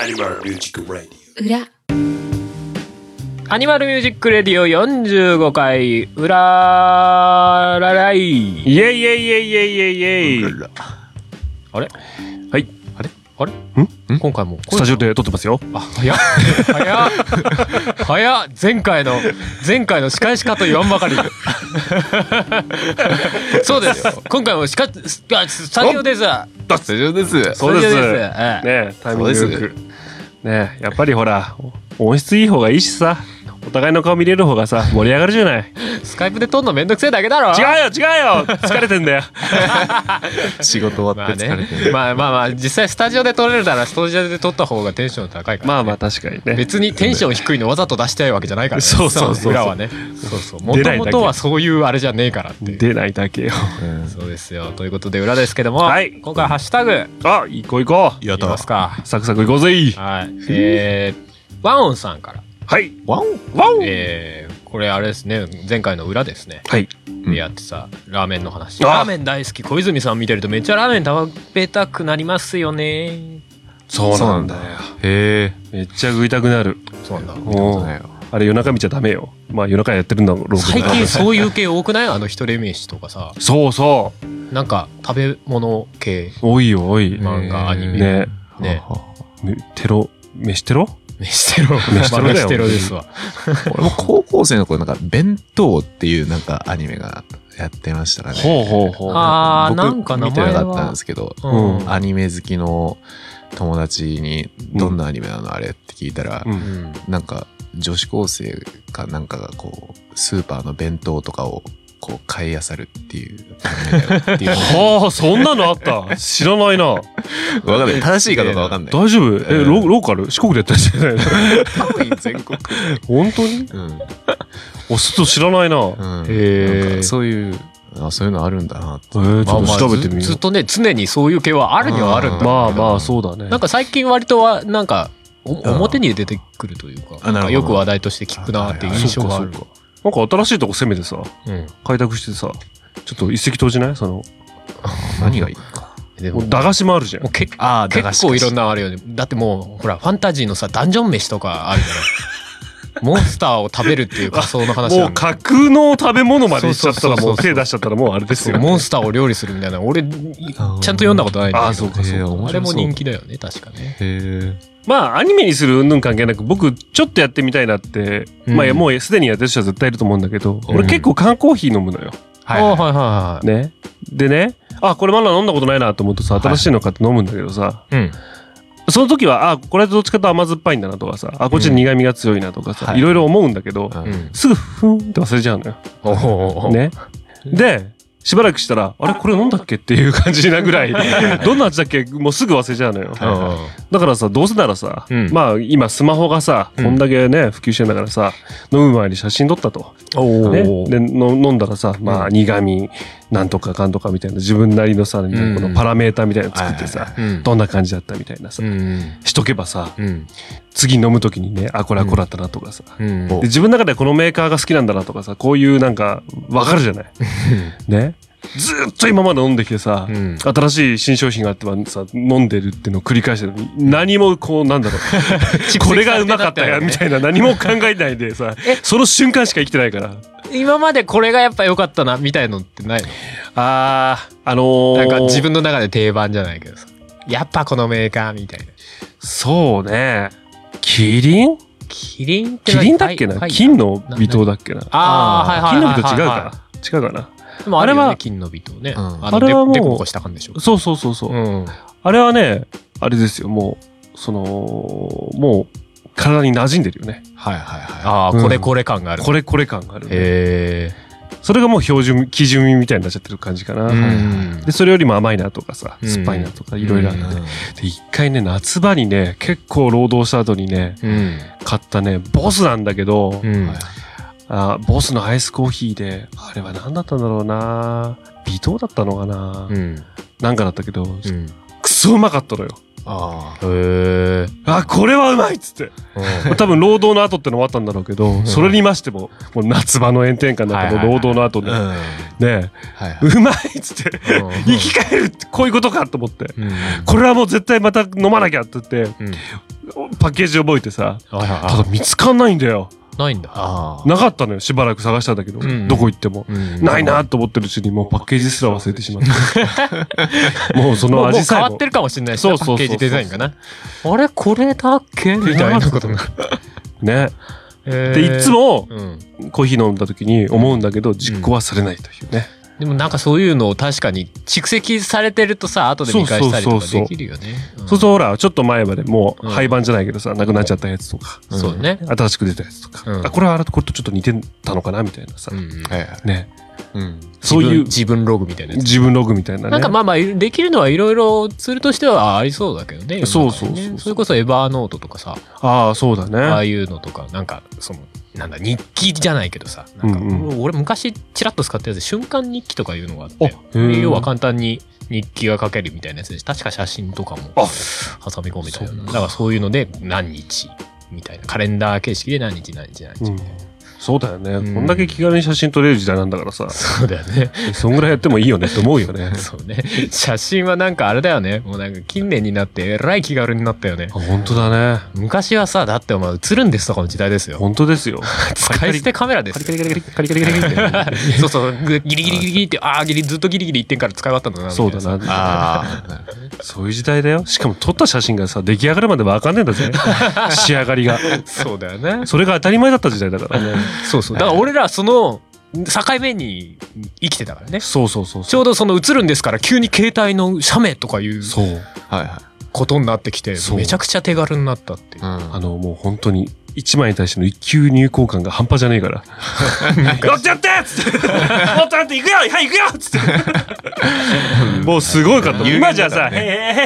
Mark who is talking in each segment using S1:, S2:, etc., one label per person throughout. S1: アニマルミュージックラディ
S2: 裏
S3: アニマルミュージックレディオ45回、裏ららい。
S4: イェイイェイイェイイェイイェイイェイ
S3: あれ
S4: はい。あれ
S3: あれ
S4: ん
S3: 今回も。
S4: スタジオで撮ってますよ。
S3: あ、早っ。早っ。早っ。前回の、前回の仕返しかと言わんばかり。そうですよ。今回も仕返し、あスタジオです。
S1: オ。スタジオです。
S3: そうです
S4: そうです
S3: ええ
S4: ねえタイミングよ
S1: そ
S4: く。ねえやっぱりほら、音質いい方がいいしさ、お互いの顔見れる方がさ、盛り上がるじゃない。違う
S3: スカイプで撮んのめんどくせえだけだろ。
S4: よ違うよ疲れてんだよ。
S1: 仕事終
S3: ま
S1: わ
S3: あ
S1: って疲れ
S3: ね
S1: てる。。
S3: まあまあまあ、実際スタジオで撮れるなら、スタジオで撮った方がテンション高いから。
S4: まあまあ確かにね。
S3: 別にテンション低いのわざと出したいわけじゃないからね。
S4: そうそうそうそう
S3: 裏はね。そうそう。も
S4: 出
S3: と
S4: ないだ
S3: も
S4: け
S3: とはそういうあれじゃねえからっていう。
S4: 出ないだけよ。
S3: そうですよ。ということで裏ですけども、
S4: はい
S3: 今回ハッシュタグ
S4: あ、行こう行こ
S1: や
S3: いきますか
S4: う。。サクサク行こうぜ。
S3: はい。えー、ワンオンさんから。
S4: はい。
S1: ワン
S4: ワン
S3: えー、これあれですね。前回の裏ですね。
S4: はい。
S1: うん
S3: やってさ、ラーメンの話。
S4: あ
S3: ラーメン大好き。小泉さん見てるとめっちゃラーメン食べたくなりますよね。
S4: そう
S1: なん
S4: だよ。
S1: へえ。
S4: めっちゃ食いたくなる。
S3: そうなんだ。
S4: お
S1: だ
S4: ー
S1: よ。
S4: あれ夜中見ちゃダメよ。まあ夜中やってるんだろうけど。
S3: 最近そういう系多くない あの一人飯とかさ、
S4: そうそ
S3: なんか食べ物系。
S4: う。多いよ、多い。
S3: 漫画アニメ
S4: ね
S3: ね
S1: はは
S4: むテロ、飯テロ
S3: 飯テロ。
S4: 飯テロ
S3: ま
S4: だよ
S3: あ飯テロですわ。
S1: 俺も高校生の頃なんか弁当っていうなんかアニメがやってましたかね。
S4: ほうほうほう
S3: あーなんか名前
S1: 僕見てなかった
S3: は
S1: んですけど、
S4: うん
S1: アニメ好きの友達にどんなアニメなのあれって聞いたら
S4: う、ん。
S3: ん。
S1: なんか女子高生かなんかがこうスーパーの弁当とかをこう買い漁るっていうアニメだよっていう
S4: はあ、そんなのあった知らないな。
S1: わかんない正しいかどうかわかんない
S4: 大丈夫え、ロローカル四国でやったんじゃないの
S1: 多分全国
S4: 本当に
S1: うん、うん
S4: お、すと知らないな。
S3: へー
S1: なんかそういうあそういうのあるんだなって
S4: えー、ち
S3: まあ
S4: ょっ
S3: ま
S4: と
S3: あ
S4: 調べてみよ
S3: ずずっとね、常にそういう系はあるにはあるんだ
S4: う。
S3: けど
S4: まあまあ、そうだね。
S3: なんか最近割とは、なんか、お表に出てくるというか、
S1: あなるほど
S3: なんかよく話題として聞くなっていう印象がある
S1: そ。うか
S4: なんか新しいとこ攻めてさ、
S3: うん
S4: 開拓してさ、ちょっと一石投じないその、
S1: そうか何がいいか
S3: でも
S4: もう駄菓子もあるじゃん
S3: もう。結
S1: ああ
S3: 結構いろんな
S1: な
S3: のあるよね。だってもう、ほら、ファンタジーのさ、ダンジョン飯とかあるじゃない。モンスターを食べるっていう仮想の話
S4: も
S3: な
S4: うん
S3: だ
S4: 架空の食べ物までいっちゃっ
S3: そ
S4: たらも
S3: うそうそう
S4: う
S3: そう
S4: 手出しちゃったらもうあれですよ。
S3: モンスターを料理するみたいな。俺、ちゃんと読んだことないんだけど。
S4: あそうかそう
S1: へー面白
S4: か。
S1: そう
S3: あれも人気だよね、確かね。
S1: へ
S4: まあアニメにするうんぬん関係なく僕ちょっとやってみたいなって、
S3: うん
S4: まあもうすでにやってる人は絶対いると思うんだけど、
S1: うん
S4: 俺結構缶コーヒー飲むのよ。
S1: はい
S3: あーはいは
S4: ね。でね、あ、これまだ飲んだことないなと思うとさ、新しいの買って飲むんだけどさ、
S3: いはい。うん。
S4: その時は、あ、これどっちかと甘酸っぱいんだなとかさ、あ、こっち苦味が強いなとか
S1: うん
S4: さ、
S1: はい
S4: いろいろ思うんだけど、
S1: ーう
S3: うんん。
S4: すぐふんって忘れちゃうのよ。
S3: おーおーおー
S4: ね。で、しばらくしたら、あれこれ飲んだっけっていう感じなぐらい、どんな味だっけもうすぐ忘れちゃうのよ。
S3: うんうんうん
S4: だからさ、どうせならさ、
S3: うん
S4: まあ今スマホがさ、
S3: うん
S4: こんだけね、普及してんだからさ、飲む前に写真撮ったと。
S3: お
S4: ね
S3: ー。
S4: で、の飲んだらさ、まあ苦味、なんとかかんとかみたいな、自分なりのさ、こ
S3: ん
S4: のパラメータみたいなの作ってさ、
S3: うん
S4: どんな感じだったみたいなさ
S3: う、ん
S4: しとけばさ、
S3: うん
S4: 次飲むときにね、あ、これはこれだったなとかさ。
S3: うん
S1: お
S4: で自分の中でこのメーカーが好きなんだなとかさ、こういうなんか、わかるじゃない。ね。ずーっと今まで飲んできてさ、
S3: うん
S4: 新しい新商品があってはさ、飲んでるっていうのを繰り返してるのに、何もこう、な んだろう、これがうまかったよ、みたいな、何も考えないでさ
S3: え、
S4: その瞬間しか生きてないから。
S3: 今までこれがやっぱ良かったなみたいのってないの
S4: あー、あのー、
S3: なんか自分の中で定番じゃないけどさやっぱこのメーカーみたいな
S4: そうね、キリン
S3: キリンって
S4: キ
S3: 何
S4: リンだっけな、
S3: ファイファイ
S4: 金の微糖だっけな。
S3: ああはい
S4: 金
S3: はい
S4: の微
S3: はい
S4: 糖違う
S3: はい
S4: かな違うかな
S3: はいでもあれ
S4: あれ
S3: は
S4: は
S3: 金の微糖ね
S1: うん
S3: あの
S4: あれはもう
S3: でこぼこした感じでしょ
S4: そうそうそうそう。
S3: うん
S4: あれはね、あれですよ、もう、その、もう、体に馴染んでるよね。
S1: はいはいは
S3: ああ
S4: うん
S3: これこれ感がある
S4: これこれ感がある、
S3: へ
S4: それがもう標準、基準みたいになっちゃってる感じかな。
S3: えうん
S4: で、それよりも甘いなとかさ、
S3: うん
S4: 酸っぱいなとか、いろいろあって。
S1: い
S4: で、一回ね、夏場にね、結構労働した後にね、
S3: うん
S4: 買ったね、ボスなんだけど、
S3: うん
S1: はい
S4: あボスのアイスコーヒーで、あれは何だったんだろうな微糖だったのかな、
S3: うん
S4: なんかだったけど、
S3: うん
S4: くそうまかったのよ。
S1: あ
S3: へえ
S4: あ、これはうまいっつって。多分労働の後ってのもあったんだろうけど、それにましても、もう夏場の炎天下の中
S3: はいは
S4: の
S3: いはい
S4: 労働の後
S1: あ
S4: で、
S1: うん
S4: ね
S1: はいはい
S4: え、うまいっつって、
S3: うん
S4: 生き返るってこういうことかと思って、
S3: うん
S4: これはもう絶対また飲まなきゃって言って、
S3: うん
S4: パッケージ覚えてさ、
S3: はいはい
S4: ただ見つかんないんだよ。
S3: ないんだ。
S1: ああ。
S4: なかったのよ、しばらく探したんだけど、
S3: うん
S4: どこ行っても。
S1: うん
S4: ないなと思ってるうちにもうパッケージすら忘れてし まった。もうそ
S3: も
S4: の
S3: うもう
S4: 味
S3: 変
S4: さ
S3: わ
S4: えも
S3: ってるかもしれないです
S4: そう
S3: ね。パ
S4: そうそう
S3: ッケージデザインがな。あれこれだっけみたいなことが。
S4: ね。
S3: で
S4: で、いつ。も
S3: うん。
S4: コーヒー飲んだ時に思うんだけど、実行はされないというね。
S3: でもなんかそういうのを確かに蓄積されてるとさ、後で見返したりとかできるよね。うん
S4: そうするとほら、ちょっと前までもう
S3: うん
S4: 廃盤じゃないけどさ、なくなっちゃったやつとか、
S3: そうね。
S4: 新しく出たやつとか、
S3: うん
S4: あ、これはあれとこれとちょっと似てたのかなみたいなさ、
S3: うん
S1: はいはい。
S4: ね。
S1: うん。
S4: そういう
S3: 自分自分ログみたいなやつ。
S4: 自分ログみたいなね。
S3: なんかまあまあ、できるのはいろいろツールとしてはありそうだけどね。世の中にね
S4: そうそうそうそう
S3: それこそエバーノートとかさ、
S4: ああ、そうだね。
S3: ああいうのとか、なんか、その、なんだ、日記じゃないけどさ、なんか、
S4: うん
S3: 俺昔ちらっと使ったやつで瞬間日記とかいうのがあっ
S4: あ
S3: て、
S4: へえ
S3: 要は簡単に日記が書けるみたいなやつで、確か写真とかも
S4: あ
S3: 挟み込めたよう
S4: そ
S3: な。だ
S4: っか
S3: からそういうので何日みたいな、カレンダー形式で何日何日何日。
S4: うんそうだよね、
S3: ん
S4: こんだけ気軽に写真撮れる時代なんだから さ。
S3: そうだよね。。
S4: そんぐらいやってもいいよねって思うよね
S3: そうね。写真はなんかあれだよね。もうなんか近年になってえらい気軽になったよね
S4: あ。本当だね。
S3: 昔はさ、だってお前映るんですとかの時代ですよ。
S4: 本当で すよ。
S3: 使い捨てカメラですよ。
S4: リカリカリカリカリカリカリって。
S3: そうそう、ぐギリギリギリギリって、ああ、ギリ、ずっとギリギリ言ってんから使い終わったんだな。
S4: そうだ
S3: み
S4: な。
S1: ああ。なるほどね
S4: そういう時代だよ。しかも撮った写真がさ、出来上がるまでわかんねえんだ ぜ。仕上がりが。
S3: たいな。そうだよね。
S4: それが当たり前だった時代だからね。
S3: そうそう。だから俺らその境目に生きてたからね。
S4: そうそうそう
S3: ち
S4: そう。
S3: ょうどその映るんですから急に携帯の写メとかいう
S4: そう。
S1: はいはい。
S3: ことになってきて
S4: そう
S3: めちゃくちゃ手軽になったっていう
S1: う。ん。
S4: あの、もう本当に、一枚に対しての一級入稿感が半端じゃね えから。やってやってっつってもっとやって行くよはい行くよっつって。もうすごいかった。今じゃさ、へへへへへへへへへ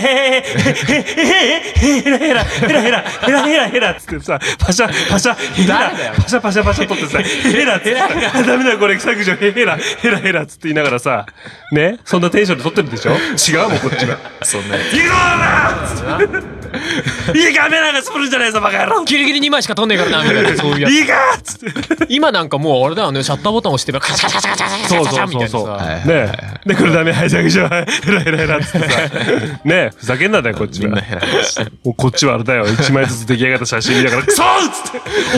S4: へへへへらへらへらへらへらへらっつってさ、パシャパシャへら
S3: 誰だよ
S4: パシャパシャパシャ撮ってさ、へらっつってあダメだこれ削除へらへらへらっつって言いながらさ、ね、そんなテンションで撮ってるでしょ違うもんこっちが。
S1: そんなや
S4: 行くぞおらいいカメラが作るんじゃないぞバカ野郎
S3: ギリギリ2枚しか撮んねえからな、みたいな、そういうやつ。
S4: いいかっつって。
S3: 今なんかもうあれだよね、シャッターボタン押して、カチャカチャカチャカチャカチャカチャみたいな
S4: そうそうそうそ
S1: つ。は
S3: さ。
S1: いはい。
S4: ねえ。で、これダメ、はい、削除、はい、ヘラヘラヘラっつってさ。ねえ、ふざけんなだよ、こっち
S1: みん
S4: は
S1: な。減らして。
S4: もうこっちはあれだよ、一枚ずつ出来上がった写真見なが ら、そうっ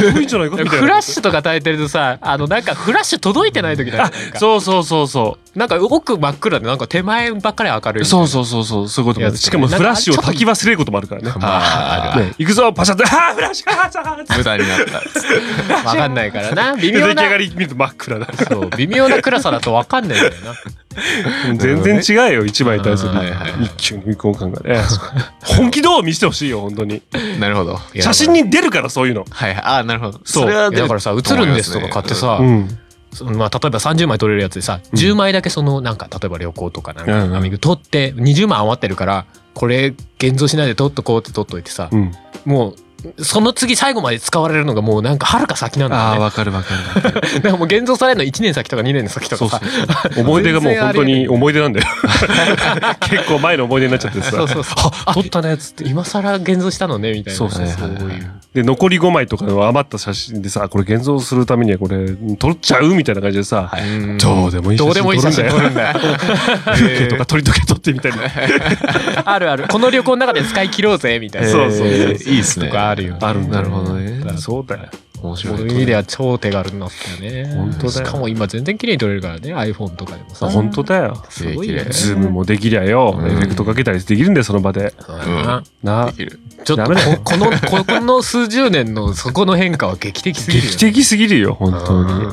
S4: つって、お、いいんじゃないかみたいな。
S3: フラッシュとか焚いてるとさ、あの、なんかフラッシュ届いてない時だよね。なんか
S4: そうそうそうそ
S3: なんか奥真っ暗で、なんか手前ばっかり明るい。
S4: う。そうそうそうそう、そういうこともある。しかもフラッシュを焚き忘れることもあるからね。
S1: ああ、
S4: ねえ行くぞ、パシャって、ああ、フラッシュ、ああ、さあ、つって。
S1: 無駄になった。
S3: わかんないからな。微
S4: で
S3: 妙
S4: 出来上
S3: な
S4: が。り見ると真っ暗だ。
S3: そう、微妙な暗さだとわかんないんだよな。
S4: 全然違うよ、一枚に対する
S1: うんはいはいはい
S4: 一級の未婚感がね。本気度を見せてほしいよ、本当に。
S1: なるほど。
S4: 写真に出るから、そういうの。
S1: はいはい。ああ、なるほど。
S4: そう
S1: それは出
S3: だからさ、映るんですとか買ってさ、
S4: うん。
S3: そのまあ、例えば30枚撮れるやつでさ、10枚だけその、なんか、例えば旅行とかなん
S4: うんうん
S3: か、アミグ撮って、20枚余ってるから、これ、現像しないで撮っとこうって撮っといてさ、
S4: うん。
S3: もう、その次最後まで使われるのがもうなんか遥か先なんだ
S1: ああ、
S3: よね。
S1: わかるわかるわかる。
S3: だからもう現像されるの1年先とか2年先と
S4: そ
S3: か
S4: う
S3: さ。
S4: そう。思い出がもう本当に思い出なんだ よ。結構前の思い出になっちゃってさ。
S3: そうそうそう。 あ、撮ったねっつって。今更現像したのねみたいな。
S4: そうそう
S1: そう
S3: そういう。
S4: で、残り5枚とかの余った写真でさ、これ現像するためにはこれ、撮っちゃうみたいな感じでさ、
S3: うん
S4: どうでもいい写
S3: ど
S4: 真
S3: うでもいい写真撮
S4: 撮る
S3: る
S4: ん
S3: んだよ。
S4: だよ。風景とか撮りとけ撮ってみたいな。
S3: あるある。この旅行の中で使い切ろうぜ、みたいな。
S4: そうそう
S1: えーいいっすね。
S3: とかあるよね
S1: あるなるほどね。
S4: そうだよ。
S1: 面
S3: そ
S1: 白
S3: う
S1: い。
S3: いう意味では超手軽になったよね。
S4: 本当だよ
S3: しかも今全然綺麗に撮れるからね、iPhone とかでもさ。
S4: 本当だよ。
S1: すごい
S3: よ
S1: ね
S3: ね
S4: ズームもできりゃよ、
S1: うん
S4: エフェクトかけたりできるんだよ、その場で。
S3: そうだな
S4: な
S1: で。きる。
S3: ちょっ
S4: ダ
S3: と
S4: メだよ
S3: こ、この、ここの数十年のそこの変化は劇的すぎるよね。
S4: 劇的すぎるよ、本当
S3: うん
S4: に。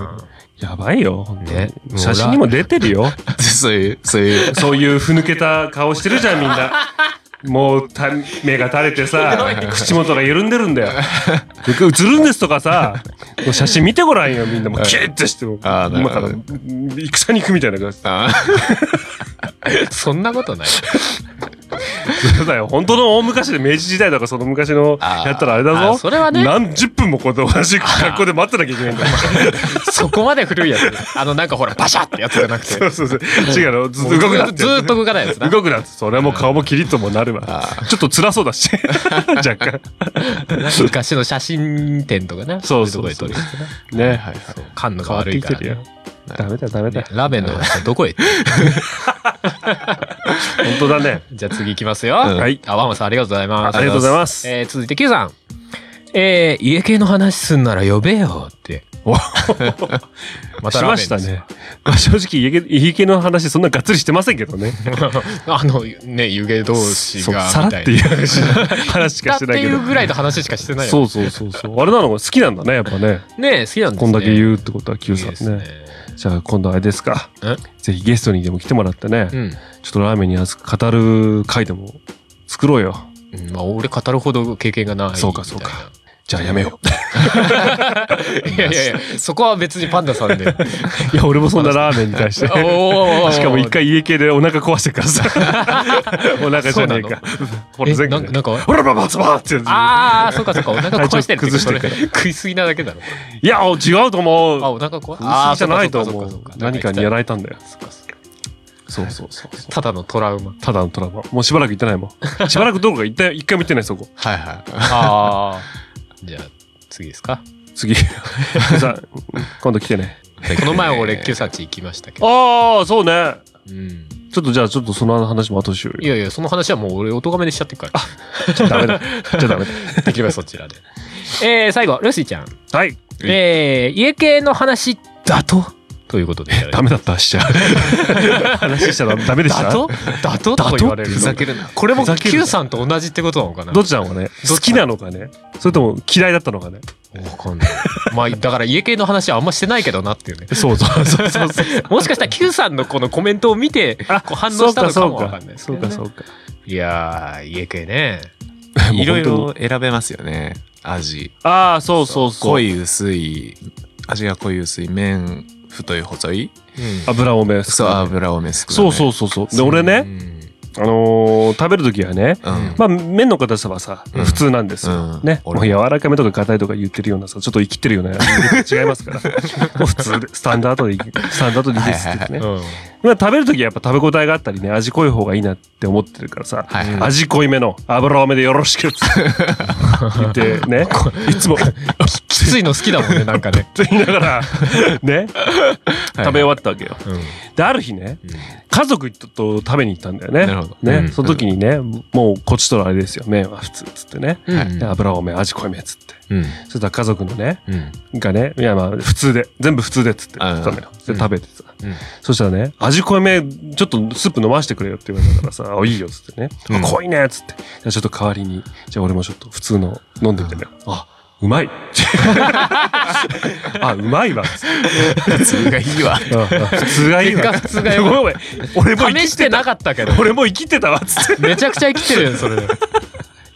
S4: やばいよ、本
S3: ね
S4: 当に。写真にも出てるよ。
S1: そういう、そういう。
S4: そういうふぬけた顔してるじゃん、みんな。もうた、目が垂れてさ、口元が緩んでるんだよ。映るんですとかさ、もう写真見てごらんよ、みんな。もうキリッとしても。
S1: あーなる
S4: 今
S1: ほ
S4: か
S1: ど
S4: ら、戦に行くみたいな感じ。
S1: あー
S3: そんなことない。
S4: そうだよ。本当の大昔で明治時代とかその昔の
S1: あー
S4: やったらあれだぞ。
S3: あそれはね
S4: 何十分もこうやって同じ格好で待ってなきゃいけないんだよ。
S3: そこまで古いやつ。あの、なんかほら、パシャってやつじゃなくて。
S4: そうそうそう。違うの。ずっと動くなって
S3: ず。ーっと動かないやつな。
S4: 動くなって。それはもう顔もキリッともなるわ。ちょっと辛そうだし。若干。
S3: 昔の写真展とかな。
S4: そうそうそう
S3: いとこで撮るやつ
S4: ね。
S1: はいはい。
S3: な。感度
S4: 変
S3: が
S4: わっ
S3: 悪
S4: て
S3: い
S4: き
S3: か
S4: て
S3: ら
S4: る
S3: ね
S4: よ。。ダメだ、ダメだ。
S3: ラメのやつどこへ行っ
S4: 本当だね。
S3: じゃあ次いきますよ。
S1: うん
S4: はい。
S3: あ、ワンマンさんありがとうございます。
S4: ありがとうございます。
S3: えー続いて Q さん。えー家系の話すんなら呼べよって。 またラーメン
S4: しま
S3: で
S4: し
S3: す
S4: たね。まあ正直、家系家系の話そんながっつりしてませんけ どね。
S3: あの、ね、湯気同士
S4: そう
S3: が、
S4: さ
S3: み
S4: ら
S3: た
S4: っ
S3: い
S4: て
S3: な
S4: いう話話しか
S3: だっ
S4: しててないけ
S3: い
S4: ど
S3: う。ぐらいの話しかしてないよ
S4: そうそうそうそう。 あれなの好きなんだね、やっぱね。
S3: ね。ね好きなんです
S4: こ
S3: ね。
S4: んだけ言うってことは、
S3: い
S4: Q
S3: い
S4: さん
S3: ですね
S4: ね。。じゃあ今度あれですか
S3: え。
S4: ぜひゲストにでも来てもらってね
S3: う。ん。
S4: ちょっとラーメンに熱く語る回でも作ろうよ。
S3: うんまあ、俺語るほど経験がないみたいな。
S4: そうかそうかじゃあやめよう。
S3: いやいやいや、そこは別にパンダさんで。
S4: いや、俺もそんなラーメンに対して。し
S3: おー
S4: かも一回家系でお腹壊してっか らさ。お腹じゃねえか。ほら、
S3: え
S4: 全
S3: な
S4: 部
S3: んか、な
S4: ね。
S3: んか、
S4: ほら、ババツバーってや
S3: ああ、そうかそうか、お腹壊してるって
S4: 体調崩してる
S3: これ食いすぎなだけだろ。
S4: つ。いや、違うと思う
S3: あ、。お腹壊
S4: あ
S3: あ
S4: あ、
S3: あ、
S4: じゃないと思
S3: そうか。
S4: 何かにや
S3: ら
S4: られたんだよ。
S3: た
S4: そうそうそうそう。
S3: だのトラウマ。
S4: ただのトラウマ。もうしばらく行ってないも ん。しばらくどころか行った一回も行ってない、そこ。
S1: はいは
S3: ああ。じゃあ、次ですか。
S4: 次。 さあ、今度来てね。
S1: い。
S3: この前
S1: え
S3: 俺、
S1: ー
S3: 旧産地行きましたけど。
S4: ああ、そうね。
S3: うん。
S4: ちょっとじゃあ、ちょっとその話も後しよう
S3: い
S4: よ。
S3: やいや、その話はもう俺、お咎めにしちゃってるから。
S4: ちょっとダメだ。じゃダメ
S3: できればそちらで。 えー、最後、ルシーちゃん。
S4: だ。はい。
S3: えー、家系の話だとということで。
S4: ダメだった、し ちゃう。話しちゃダメでした。
S3: だとだと
S4: だと
S3: と言われる
S1: ふざけるな。
S3: これも
S4: ふざけるな
S3: Q さんと同じってことなのかな
S4: どっちなのかね
S3: ど
S4: 好
S3: っち
S4: きなのかねそれとも嫌いだったのかね
S3: わかんない。まあ、だから家系の話はあんましてないけどなっていうね。
S4: そうそうそうそうそう。
S3: もしかしたら Q さんのこのコメントを見て、こう反応したのかもわかんないです
S4: そ
S3: け
S4: う
S3: どね
S4: かそうか。
S3: いやー、家系ね。
S1: いろい
S4: もう本
S1: ろ選べますよね。味。
S4: 当に。ああ、そうそうそう。
S1: 濃い、薄い、味が濃い、薄い、麺、太い、細い。
S4: 油多め。
S1: そう、油多め少ない。。
S4: そうそううそうそう。で、俺ね、あのー食べるときはね、
S1: うん。
S4: まあ、麺の硬さはさ、
S1: うん
S4: 普通なんですよ。
S1: うん
S4: ね。
S1: 俺
S4: もう柔らかめとか硬いとか言ってるようなさ、ちょっと生きてるような、違います から。もう普通で、スタンダードでいい、スタンダードでいいですって言ってね。
S3: うん。うん。
S4: まあ、食べるときはやっぱ食べ応えがあったりね、味濃い方がいいなって思ってるからさ、
S1: はいはい
S4: 味濃いめの油多めでよろしくっつ って言ってね、いつも、
S3: きついの好きだもんね、なんか ね。
S4: と言いな がら、ね、 食べ終わったわけよ。
S3: うん。
S4: で、ある日ね、家族と食べに行ったんだよね。
S1: なるほど
S4: ね、
S3: うん
S4: その時にね、もうこっちとらあれですよ、麺は普通っつってね、
S3: うん
S4: で油多め、味濃いめっつって。
S1: うん。
S4: そしたら家族のね、
S1: うん。
S4: がね、いやまあ普通で、全部普通でっつって
S1: あ
S4: 言
S1: あ
S4: ってたのよ。で、
S3: うん
S4: 食べてさ。
S1: うん
S4: そしたらね、味濃いめ、ちょっとスープ飲ましてくれよって言われたからさ、あ、いいよっつってね。あ
S1: うん
S4: 濃いねっつって。じゃあちょっと代わりに、じゃあ俺もちょっと普通の飲んでみてね。あ、うまい。 あ、うまいわっつっ
S1: 普通がいいわ。
S4: て。ああ普通がいいわ。
S3: 結果普通がいいわ
S4: ごめんごめん俺も生
S3: 試
S4: き
S3: してて
S4: た。
S3: なかったけど。
S4: 俺も生きてたわっつって。
S3: めちゃくちゃ生きてるよ、それ。い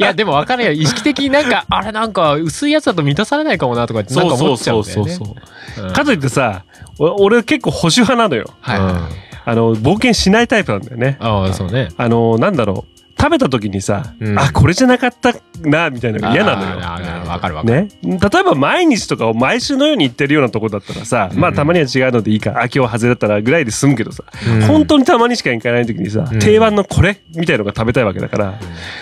S3: や、でも分かるよ。意識的になんか、あれなんか、薄いやつだと満たされないかもなとか、なんか思っちゃうんだよね。
S4: うかといってさ、お俺結構保守派なのよ。
S1: はいは
S4: あの、冒険しないタイプなんだよね。
S3: ああ、そうね。
S4: あのなんだろう食べた時にさ、
S3: うん
S4: あこれじゃなかったなみたいなのが嫌なのよ。
S3: あーわかるわかる。
S4: ね、例えば毎日とかを毎週のように行ってるようなとこだったらさ、
S1: うん
S4: まあたまには違うのでいいかあ今日外れたらぐらいで済むけどさ、
S3: うん
S4: 本当にたまにしか行かない時にさ、
S3: うん
S4: 定番のこれみたいのが食べたいわけだから、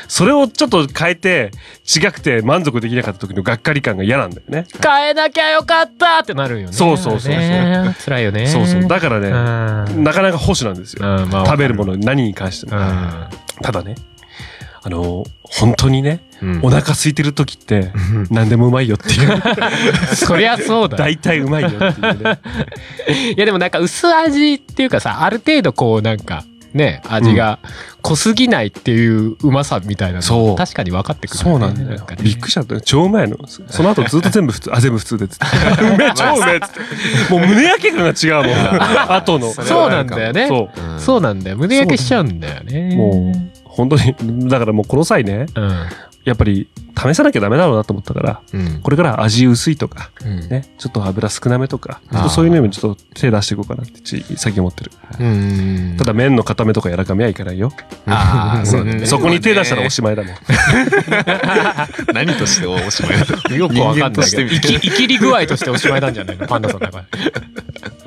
S4: それをちょっと変えて違くて満足できなかった時のがっかり感が嫌なんだよね。
S3: 変えなきゃよかったってなるよね。
S4: そうそうそうそう
S3: ね辛いよね。
S4: そうそうだから
S3: う
S4: ね、
S3: ん。
S4: なかなか保守なんですよ、
S3: うんまあ
S4: 食べるもの何に関しても。ただねあの本当にね、
S3: うん
S4: お腹空いてる時って何でもうまいよって いう
S3: そりゃそうだ。い
S4: 大体うまいよっていうね
S3: やでもなんか薄味っていうかさ、ある程度こうなんか、ね、味が濃すぎないっていううまさみたいなの
S4: そう
S3: 確かに分かってくる、
S4: そうなんだよ
S3: かね
S4: びっくりしちゃったよ超うまいのそその後ずっと全部普通あ全部普通でっつってう めえ超うめえっつってもう胸焼け感が違うもん 後の
S1: それ
S3: そう
S1: は
S3: なんだよね。
S4: そ
S1: うん
S3: そうなんだよ。胸焼けしちゃうんだよね。
S4: うもう本当にだからもうこの際ね
S3: う。うん。
S4: やっぱり試さなきゃダメだろうなと思ったから
S1: うん。
S4: これから味薄いとか
S3: うん
S4: ねちょっと油少なめとかちょっ
S1: あー
S4: とそういうのにもちょっと手出していこうかなってち最近思ってる
S1: うん
S4: ただ麺の固めとか柔らかめはいかないよ
S1: ああ、そうだね
S4: そこに手出したらおしま いだもん
S1: 何としておしまい だと。
S3: よくわかん
S1: 人間と
S3: ない
S1: し
S3: け
S1: て
S3: ど。
S1: み
S3: 生
S1: たい
S3: き
S1: な
S3: 生きり具合としておしまいなんじゃないのパンダさんだから。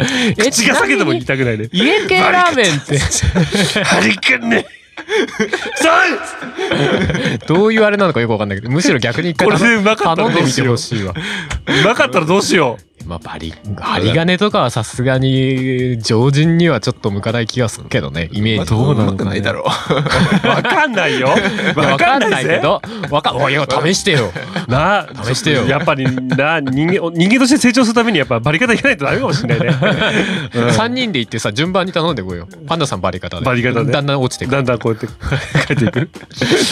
S3: え
S4: 口が裂けても言いたくないね
S3: 家系ラーメンって
S4: はりくんね。そう
S3: どういうあれなのかよくわかんないけど、むしろ逆に一回
S4: これでうまかった
S3: 頼
S4: ら
S3: んでみて
S4: ど
S3: ほ
S4: う
S3: しいわ。
S4: うまかったらどうしよう。
S1: まあ、バリ。
S3: 針金とかはさすがに常人にはちょっと向かない気がするけどねイメージ
S1: どうな
S3: の
S1: くないだろう。
S4: わかんないよ。
S3: わ
S4: わ
S3: か
S4: か
S3: ん
S4: ん
S3: な
S4: ないい
S3: け
S4: ぜ。
S3: どわかおいや試してよ
S4: なあ、
S3: 試してよ
S4: やっぱりな、人間、人間として成長するためにやっぱバリ方いかないとダメかも しれないね。
S3: 3人で行ってさ順番に頼んでこいよパンダさんバリ方で
S4: バリ方で
S3: だんだん落ちてく
S4: だんだんこうやって 書いていく。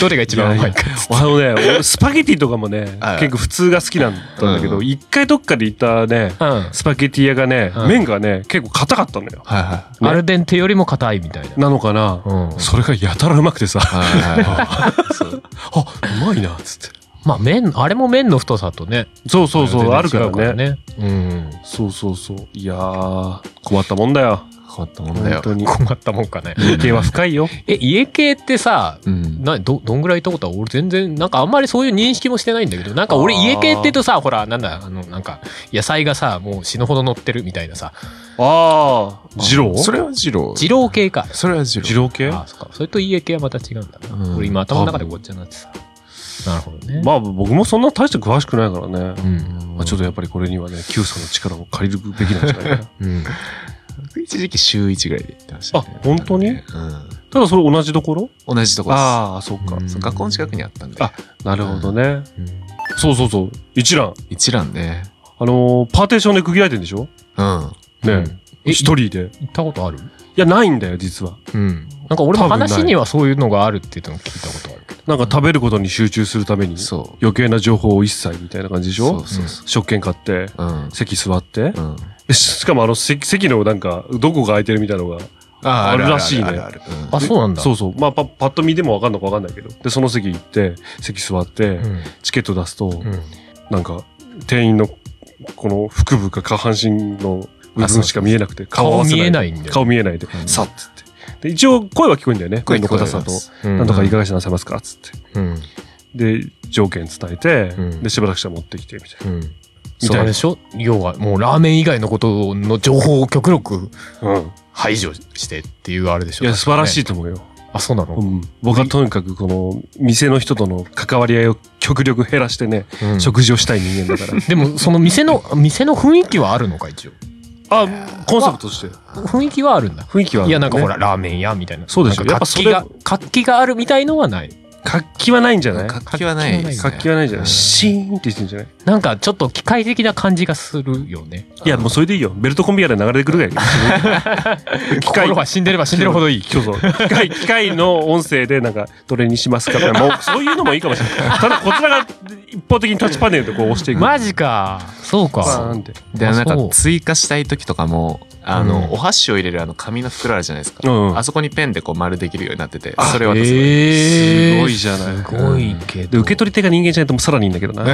S3: どれが一番うまいか
S4: あのね、俺スパゲティとかもね
S1: はい、
S4: 結構普通が好きなんだけ
S1: う
S4: ど、
S1: ん
S4: 一回どっかで行ったね、
S3: うん
S4: スパゲティ屋がね
S3: うん、
S4: 麺がね、結構硬かったのよ。
S1: はいは
S3: アルデンテよりも硬いみたいな
S4: なのかな
S3: うん
S4: それがやたらうまくてさ、
S1: い。はいはい。そう
S4: あ、うまいな、つって。
S3: まあ麺あれも麺の太さとね
S4: そうそうそう、あるから
S3: 全然違う
S4: ね。
S3: うん
S4: そうそうそう。いやー、困ったもんだよ。
S1: 困ったもんだ
S4: 本
S1: よ。
S4: 当に。
S3: 困ったもんかね
S4: 家系は深いよ。
S3: え家系ってさ
S1: うん。
S3: などどんぐらい行ったことは俺全然なんかあんまりそういう認識もしてないんだけどなんか俺
S4: あー
S3: 家系って言うとさほらなんだあのなんか野菜がさもう死ぬほど乗ってるみたいなさ
S4: ああ、二郎
S1: それは二郎。
S3: 二郎系か
S1: それは二郎。
S4: 二郎系
S3: あーそっかそれと家系はまた違うんだな、
S1: うん
S3: 俺今頭の中でごっちゃになってさなるほどね、
S4: まあ僕もそんな大して詳しくないからね。
S3: うん
S4: まあちょっとやっぱりこれにはね、Q さんの力を借りるべきなんじゃないかな。
S3: うん、
S1: 一時期週一ぐらいで行ってました、ね。
S4: あ本当に
S1: うん。
S4: ただそれ同じところ
S1: 同じとこです。
S4: ああ、そっか。
S3: うん
S1: そう学校の近くにあったんで。
S4: あなるほどね。
S3: うん
S4: そうそうそう。一覧。
S1: 一覧ね。
S4: あのーパーテーションで区切られてるんでしょ
S1: うん。
S3: う
S4: ね
S3: んえ
S4: え。一人で。
S3: 行ったことある
S4: いや、ないんだよ、実は。
S3: うんなんか俺も
S4: 多分ない
S3: 話にはそういうのがあるっていうのを聞いたことあるけど
S4: なんか食べることに集中するために、
S1: そう。
S4: 余計な情報を一切みたいな感じでしょ
S1: そうそうそ
S4: 食券買って、
S1: う。うん。
S4: 席座って。
S1: うん。
S4: えししかもあの席、席のなんか、どこが空いてるみたいなのが。
S1: あ
S4: あるらしいね
S1: あるあるあるある
S3: あそうなんだ
S4: そうそう。まあ、パパッと見でもわかんのかわかんないけど。で、その席行って、席座って、
S3: うん
S4: チケット出すと、
S3: うん
S4: なんか、店員の、この腹部か下半身の部分しか見えなくて、合
S3: 顔
S4: わせ
S3: 見えないんだよ
S4: 顔見えないで
S1: う、ん
S4: さっつって。で、一応声は聞こえんだよね。
S1: 声
S4: 声の
S1: 聞こえ
S4: 硬
S1: ます
S4: さと。
S3: うん
S4: なんとかいかがしなさいますかつって。
S3: うん
S4: で、条件伝えて、
S3: うん
S4: で、しばらくしたら持ってきて、みた
S3: う
S4: い
S3: んそ
S4: み
S3: う
S4: たいな
S3: あれでしょ要はもうラーメン以外のことの情報を極力
S4: な。うん。
S3: 排除してっていうあれでしょ
S4: いや、素晴らし
S3: い
S4: いと思うよ。
S3: あそうなの、
S4: うん。僕はとにかくこの、店の人との関わり合いを極力減らしてね、
S3: うん
S4: 食事をしたい人間だから。
S3: でもその店の店の雰囲気はあるのか一応
S4: あ、コンセプトとして。
S3: 雰囲気はあるんだ
S4: 雰囲気はある
S3: い
S4: よ
S3: や
S4: ね
S3: なんかほら、ラーメン屋みたいな
S4: そうでしょ
S3: なんか活気
S4: や
S3: が
S4: っぱそ
S3: 活気があるみたいのはない
S4: 活気はないんじゃない
S1: 活気はないですね。
S4: 活気はないじゃない、
S1: うん
S4: シーンってしてんじゃない
S3: なんかちょっと機械的な感じがするよね
S4: いや、もうそれでいいよ。ベルトコンビアで流れてくる ぐらい。機械
S3: 心、は死んでれば死んでるほどいい
S4: そうそう。機 械、機械の音声でなんか、どれにしますかって、もうそういうのもいいかもしれない。ただ、こちらが一方的にタッチパネルでこう押していく。
S3: マジかそう
S4: バ
S3: か
S4: ーンって。
S1: で、
S3: あ
S1: なん
S3: そう
S1: か追加したい時とかも、あ
S3: うん
S1: の、お箸を入れるあの紙の袋あるじゃないですか。
S4: うんうん
S1: あそこにペンでこう丸できるようになってて、
S4: あ
S1: それは
S3: え
S1: す
S3: ー
S4: すごいじゃない
S3: すごいけど、
S4: で、受け取り手が人間じゃないともうさらにいいんだけどな。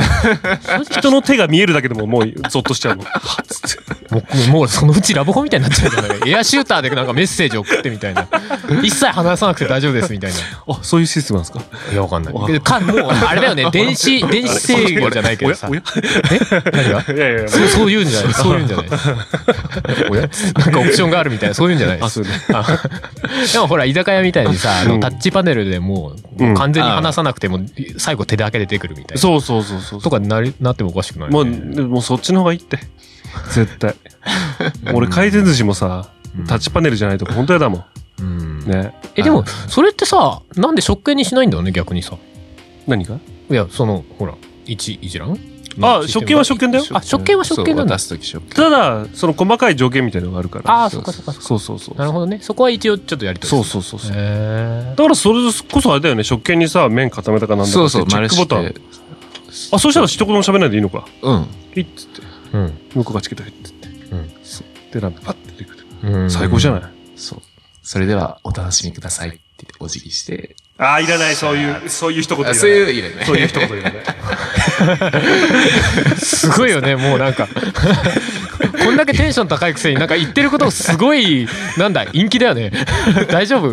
S4: 人の手が見えるだけでももうゾッとしちゃうの。はっつって
S3: もう、もうそのうちラブホみたいになっちゃうじゃ ないエアシューターでなんかメッセージ送ってみたいな。一切話さなくて大丈夫ですみたいな。
S4: あ、そういうシステムなんですか
S3: いや、わかんない。か、もう、あれだよ ね、電子、電子制御じゃないけどさ。
S4: おや
S3: え何が
S4: おやいやいやいや。
S3: そう、そういうんじゃないそういうんじゃ ないおやなんかオプションがあるみたいな、そういうんじゃないで
S4: あ、
S3: す。
S4: そうね。
S3: あでもほら、居酒屋みたいにさ、あの
S4: うん
S3: タッチパネルでもう、
S4: うん
S3: 完全に話さなくても、最後手だけ出てくるみたいな。
S4: そうそうそうそう。
S3: とかになりなってもおかしくない、ね。
S4: もう、でもうそっちの方がいいって。絶対。俺、回転寿司もさ、タッチパネルじゃないと本当やだもん。
S3: うん
S4: ね。
S3: え、でも、それってさ、なんで食券にしないんだよね、逆にさ。
S4: 何が
S3: いや、その、ほら、一一覧
S4: あ、食券は食券だよ。
S3: あ食券は食券なんだ
S1: 出す時食券。
S4: ただ、その細かい条件みたいなのがあるから。
S3: ああ、
S1: そ
S3: そうっかそっかそっか。
S4: そうそうそう。
S3: なるほどね。そこは一応ちょっとやりとり
S4: そうそうそうそう。
S3: う。へ
S4: だからそれこそあれだよね、食券にさ、麺固めたかなんだか
S1: そ
S4: って
S1: う
S4: チ
S1: そ
S4: ェ
S1: う、丸
S4: ックボ
S1: して
S4: タン。あ、そしたら一言も喋らないでいいのか。
S1: うん。
S4: いっつって、
S3: え。う
S4: 向こうがチケット入ってって。
S3: うん
S4: そうで、ラーメンパッて出てくる。
S3: ん。
S4: 最高じゃない
S3: い
S1: そう。それでは、お楽しみくださいって言ってお辞儀して。
S4: ああ、いらない、そういう、そういう一言いらな
S1: あ
S4: い。
S1: そういう、いいね。
S4: そういう一言いらない。
S3: すごいよね、もう なんか。こんだけテンション高いくせになんか言ってることすごい、なんだ、陰気だよね。大丈夫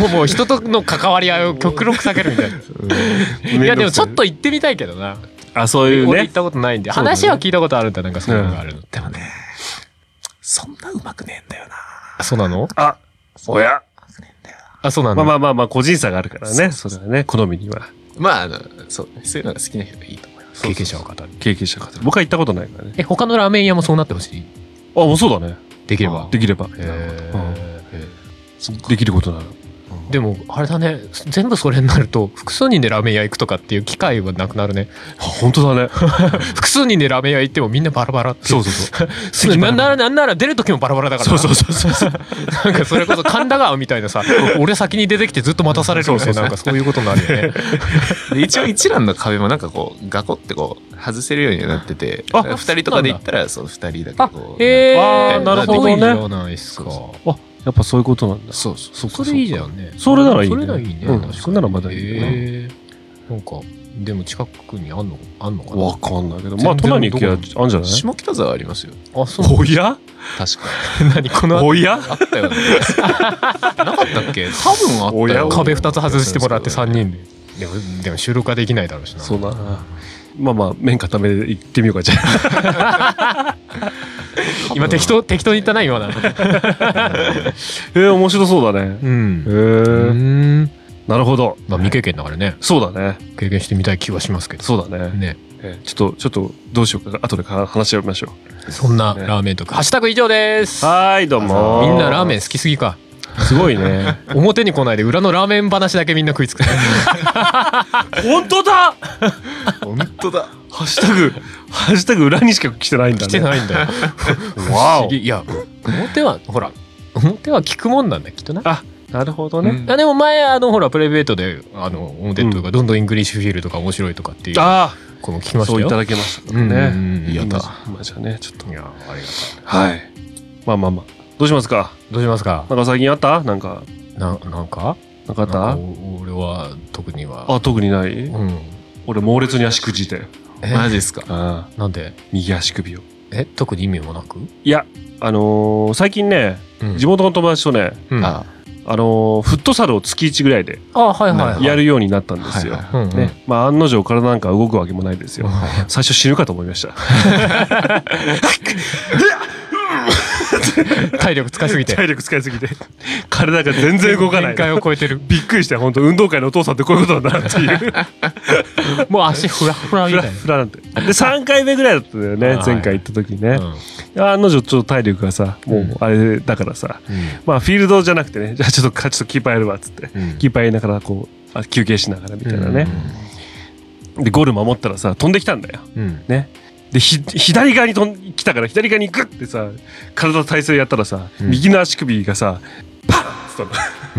S3: もうもう人との関わり合いを極力避けるみたいな。いやでもちょっと行ってみたいけどな。
S4: あ、そういう
S3: 俺行
S4: ね
S3: っ。たことないんで。
S4: うだね
S3: 話は聞いたことあるんだ、なんかそういうのがあるの。
S1: でもね、そんなうまくねえんだよな。
S3: あそうなの
S4: あ、おや。
S3: あ、そうな
S4: まあ
S3: の
S4: まあまあまあ、個人差があるからね。それはね、好みには。
S1: まあ、あの、そうね。そういうのが好きな人がいいと思います。
S4: そ
S3: 経
S4: うそうそう
S3: 験者の方に。
S4: 経験者方僕は行ったことないからね
S3: え、他のラーメン屋もそうなってほしい。
S4: あもうそうだね
S3: できれば。
S4: できれば、
S3: へ
S4: うん
S3: ー
S4: できることなら
S3: でもあれだね全部それになると複数人でラーメン屋行くとかっていう機会はなくなるね
S4: あ本当だね
S3: 複数人でラーメン屋行ってもみんなバラバラって
S4: そうそう
S3: そうなんな らなんなら出る時もバラバラだから
S4: そう
S3: な
S4: そうそうそうそう
S3: なんかそれこそ神田川みたいな さ俺先に出てきてずっと待たされるみたいななんかそういうことになるよね
S1: で一応一覧の壁もなんかこうガコってこう外せるようになってて
S4: あ
S1: 2人とかで行ったらそう2人だけこう
S3: へ
S4: あ
S3: ー
S4: ーなるほどね
S3: いいじゃないですか
S4: あやっぱそういうことなんだ
S1: そうそうそう
S3: それいいじゃんね
S4: それならいいね
S3: それならいいね
S4: うん
S3: 確かに
S4: それならまだいいね
S3: へーなんかでも近くにあんのあんのか
S4: わ
S3: な
S4: かんないけど
S3: 全然
S4: まあ都内に行きゃあ
S3: ど
S4: ん
S3: こ
S4: じゃない
S1: 下北沢ありますよ
S3: あそう
S4: おや
S1: 確か
S3: 何この後
S4: おや
S1: あったよねなかったっけ多分あった
S4: おや
S1: よ
S4: おや
S3: 壁2つ外してもらって3人ででもでも収録はできないだろうしな
S4: そうだなまあまあ面固めで行ってみようかじゃあ
S3: 今適当適当に言ったな今な
S4: えー、面白そうだね
S3: う
S4: へえ
S3: んうん
S4: なるほど
S3: まあ未経験だからね
S4: そうだね
S3: 経験してみたい気はしますけど
S4: そうだね
S3: ね
S4: えーちょっとちょっとどうしようか後でか話し合いましょ
S3: そんなラーメンとかハッシュタグ以上です
S4: うはーいどうも
S3: みんなラーメ
S4: ン
S3: ン好きすぎか
S4: すごいね
S3: 表に来ないで裏のラーメン話だけみんな食いつく
S4: 本当だ
S1: 本当だ
S4: ハッシュタグハッシュタグ裏にしか来てないんだ
S3: 来
S4: ね
S3: てないんだよ不
S4: わ
S3: 思議いや表はほら表は聞くもんなんだきっとな
S4: おなるほど
S1: う
S4: ね
S1: ん
S3: あでも前あのほらプライベートであの表というかどんどんイングリッシュフィールとか面白いとかっていう
S4: あ
S3: この聞き
S4: あ
S3: まし
S4: そう
S3: た
S4: い
S3: よ
S4: ただけましたから
S3: うん
S4: ね
S3: うんうん
S1: やった
S4: 今じゃねちょっと
S3: いやありがと
S4: はいまあまあまあどうしますか
S3: うどうしますか
S4: なんか最近あったなんか
S3: ななんか
S4: なんかあ
S3: なんか
S4: っ
S3: お俺は特に
S4: た
S3: は
S4: あ特にない
S3: うん
S4: 俺猛烈に足くじいたよ
S3: え
S1: マジですか
S4: ああ
S3: なんで
S4: 右足首を
S3: え特に意味もなく、
S4: いやあのー最近ね
S3: うん
S4: 地元の友達とね
S3: うんあ
S1: あ
S4: あのーフットサルを月1ぐらいで
S3: はいはいはい
S4: やるようになったん
S1: あ
S4: ですよ
S1: はいはい
S3: うんうん、
S4: ねまあ案の定体なんか動くわけもないですよ最初死ぬかと思いま した
S3: 体力使いすぎて
S4: 体力使いすぎて 体が全然動か ない
S3: 限界を超えてる
S4: びっくりして本当運動会のお父さんってこういうことなんだって いう
S3: もう足フラフラみ
S4: フラ
S3: たい
S4: フラなんてで3回目ぐらいだったんだよね
S3: はい
S4: 前回行った時
S3: な、
S4: ね
S3: うん
S4: 案の定ちょっと体力がさも
S3: うん
S4: うあれだからさまあフィールドじゃなくてねじ ゃあちょっとかちょっとキーパーやるわっつって
S3: うん
S4: キーパーやりながらこうあ休憩しながらみたいな
S3: う
S4: ねでゴール守ったらさ飛んできたんだよ
S3: うん
S4: ねでひ左側に飛ん来たから左側にグッてさ体の体勢やったらさ、
S3: うん
S4: 右の足首がさパンっつった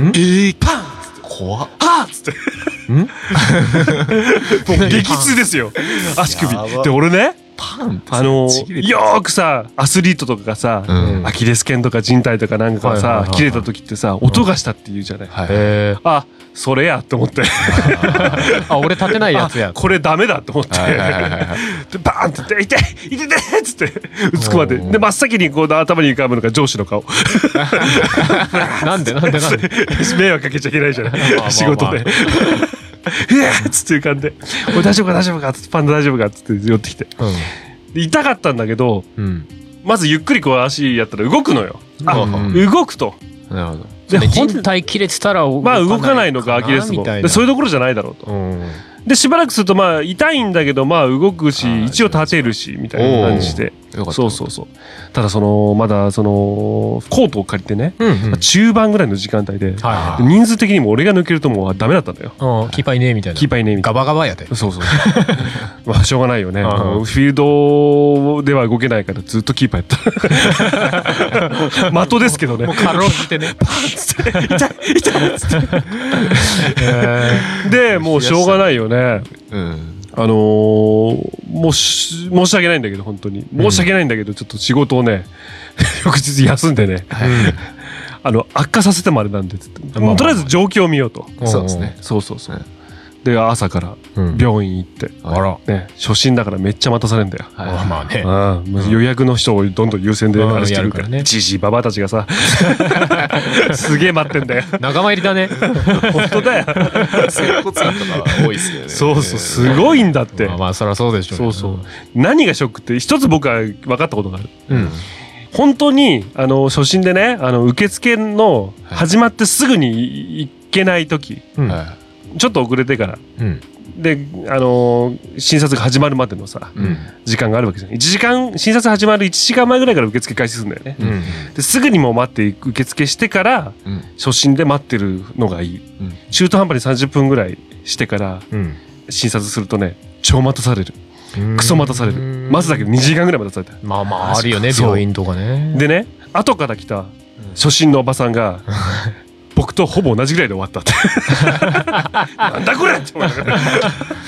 S4: の
S1: ええパン怖っ
S4: あーっつって
S3: ん
S4: もう激痛で すよ足首
S1: やば
S4: で俺ね
S1: パン
S4: あの
S1: ちぎれて
S4: よーくさアスリートとかがさ、
S1: うん
S4: アキレス腱とか人体とかなんかが
S3: はいはい
S4: さ
S3: はいはい
S4: 切れた時ってさ音がしたって言うじゃない、
S1: はい
S3: え
S4: あそれやと思って
S3: ー、あ俺立てないや
S4: あ
S3: つや
S4: これダメだと思って
S1: はいはいはいはい
S4: でバーンって痛い痛い痛いっつってうつくまで
S3: おー
S4: で真っ先にこう頭に浮かぶのが上司の顔
S3: なんでなんでなんで
S4: 迷惑かけちゃいけないじゃな
S3: まあまあ
S4: い仕事 で。うわっつって浮かんで「おい大丈夫か大丈夫か」つってパンダ大丈夫か」つって寄ってきてで痛かったんだけど
S3: うん
S4: まずゆっくりこう足やったら動くのよあ、
S1: うん
S4: 動くと
S1: なるほど
S4: で
S3: で
S4: ほん
S3: 人体切れてたら
S4: まあ動かないのかアキレス
S3: み
S4: も
S3: たい
S4: で
S3: な
S4: そういうところじゃないだろうと
S3: うん
S4: でしばらくするとまあ痛いんだけどまあ動く
S1: あー
S4: し一応立てるしみたいな感じで
S1: よかった
S4: そうそうそうただそのまだそのコートを借りてね
S3: うんうん
S4: 中盤ぐらいの時間帯でで
S3: はいはい
S4: 人数的にも俺が抜けるともうダメだったんだよ
S3: うんキーパーいねえみたいな
S4: キーパーいねえみたい
S3: ガバガバやで
S4: なそうそうそうまあしょうがないよね
S3: あー
S4: あのフィールドでは動けないからずっとキーパーやった的ですけどね
S3: かろうじてね
S4: 痛い痛い痛いっつってでもうしょうがないよね
S1: うん
S4: あのー、もうし申し訳ないんだけど本当に申し訳ないんだけど、ちょっと仕事をね 翌日休んでねあの悪化させてもあれなんでっつって、
S3: あまあ
S4: とりあえず状況を見ようと、
S1: そうですね
S4: そうそうそううんで朝から
S3: うん
S4: 病院行って、
S3: あら
S4: ね、初診だからめっちゃ待たされるんだよ、
S1: はい
S3: まあまあね
S4: ああもう予約の人をどんどん優先で
S3: うん
S4: あれしてくるか
S3: やるかららね
S4: じじいばばあたちがさ すげえ待ってんだよ
S3: 仲間入りだね
S4: 本当だよ
S1: 接骨院とか多いですよね
S4: そうそうすごいんだって、
S3: まあまあそりゃそうでしょ
S4: そうそう何がショックって一つ僕は分かったことがある
S3: うん
S4: 本当にあの初診でねあの受付の
S1: はい
S4: 始まってすぐに行けない時
S3: うん
S1: は
S4: ちょっと遅れてから
S3: うん
S4: で、あのー診察が始まるまでのさ、
S1: うん
S4: 時間があるわけじゃん。1時間、診察始まる1時間前ぐらいから受付開始するんだよね。
S1: うん
S4: ですぐにもう待って、受付してから、
S1: うん
S4: 初心で待ってるのがいい。
S1: うん
S4: 中途半端に30分ぐらいしてから、
S1: うん
S4: 診察するとね、超待たされる。
S1: うん
S4: クソ待たされる。
S3: うん
S4: 待つだけで2時間ぐらい待たされ
S3: まあまああるよね
S4: そう
S3: 病院とかね
S4: た。でね、後から来た初心のおばさん が、僕とほぼ同じぐらいで終わ ったって。なんだこれって思いながら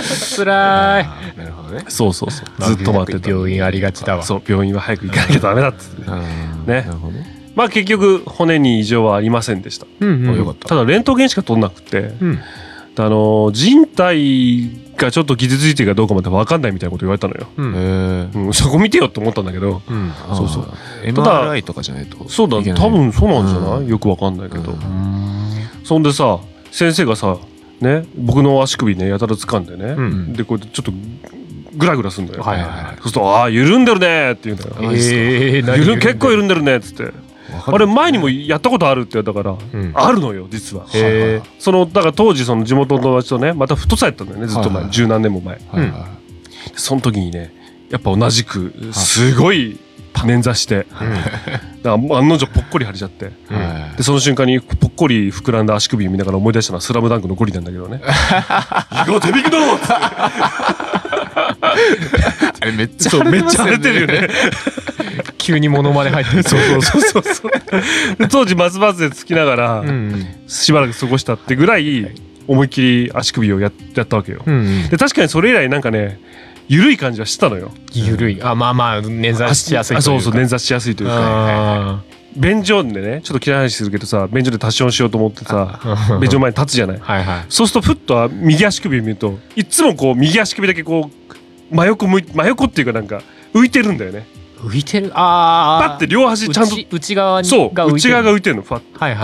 S3: つらい
S1: あーなるほどね
S4: そうそうそう。ずっと待ってた。
S3: 病院ありがちだわ
S4: そう、病院は早く行かなきゃダメだっつって。
S1: うん
S4: ね
S1: なるほどね
S4: まあ結局、骨に異常はありませんでした。
S3: うん
S1: あ
S3: うん
S1: よかった
S4: ただ、レントゲンしか取んなくて、
S3: うん
S4: あの、人体がちょっと傷ついてるかどうかまで分かんないみたいなこと言われたのよ。
S3: うん
S1: へー
S4: うん、そこ見てよって思ったんだけど、
S3: うん
S1: そうそう
S4: あ
S1: MRI とかじゃないと
S4: そうだ
S1: いけ、ない
S4: 多分そうなんじゃない、
S1: うん
S4: よく分かんないけど。
S1: うん
S4: そんでさ、先生がさ、ね、僕の足首ね、やたら掴んでね、
S3: うん
S4: で、こうやってちょっとグラグラするんだよ。
S3: はい
S1: はいはい
S4: そうすると、ああ、緩んでるねって言うんだよ。
S1: マジっすか
S3: ええ何
S4: ゆる結構緩んでるねっつって
S1: わか
S4: あ
S1: る
S4: れ前にもやったことあるって言ったから、
S3: うん
S4: あるのよ実は
S3: へえ
S4: そのだから当時その地元の友達とねまた太さやったんだよねずっと
S1: はい
S4: 前
S1: はい
S4: 十何年も前
S1: はいは
S4: その時にねやっぱ同じくすごい捻挫してだからもう案の定ぽっこり腫れちゃって
S1: いは
S4: でその瞬間にぽっこり膨らんだ足首見ながら思い出したのは「スラムダンクのゴリなんだけどね「行こう手引きだろ!」っつっ
S1: いあれめっち
S4: て
S1: ゃ
S4: そうめっちゃ腫れ
S1: 晴れ
S4: てるよね
S3: 急にモノマネ入ってるそうそうそう
S4: そうそうで 当時ますますでつきながら、
S3: ん
S4: しばらく過ごしたってぐらい思いっきり足首をややったわけよ、
S3: うん
S4: で確かにそれ以来なんかね緩い感じはしてたのよ
S3: ゆるいあまあまあ捻挫しやすいと
S4: あ
S3: い
S4: そう
S3: か
S4: うそう捻挫しやすいというか
S3: あ
S4: 便所でねちょっと嫌いな話するけどさ便所で立ちションしようと思ってさ
S3: ー
S4: 便所前に立つじゃない
S3: はいはい
S4: そうするとふっと右足首を見るといつもこう右足首だけこう真横向い真横っていうかなんか浮いてるんだよね
S3: 浮いてるああ
S4: パッて両足ちゃんと
S3: 内内側に
S4: そう
S3: が浮いて
S4: 内
S3: る
S4: 側が浮いてるのファ
S3: はいは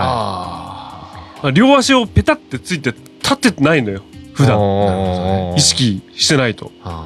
S1: あ
S4: ッ両足をペタってついて立っててないのよ
S3: い
S4: 普段
S3: おー
S1: なるほど
S4: 意識してないと
S1: ーあ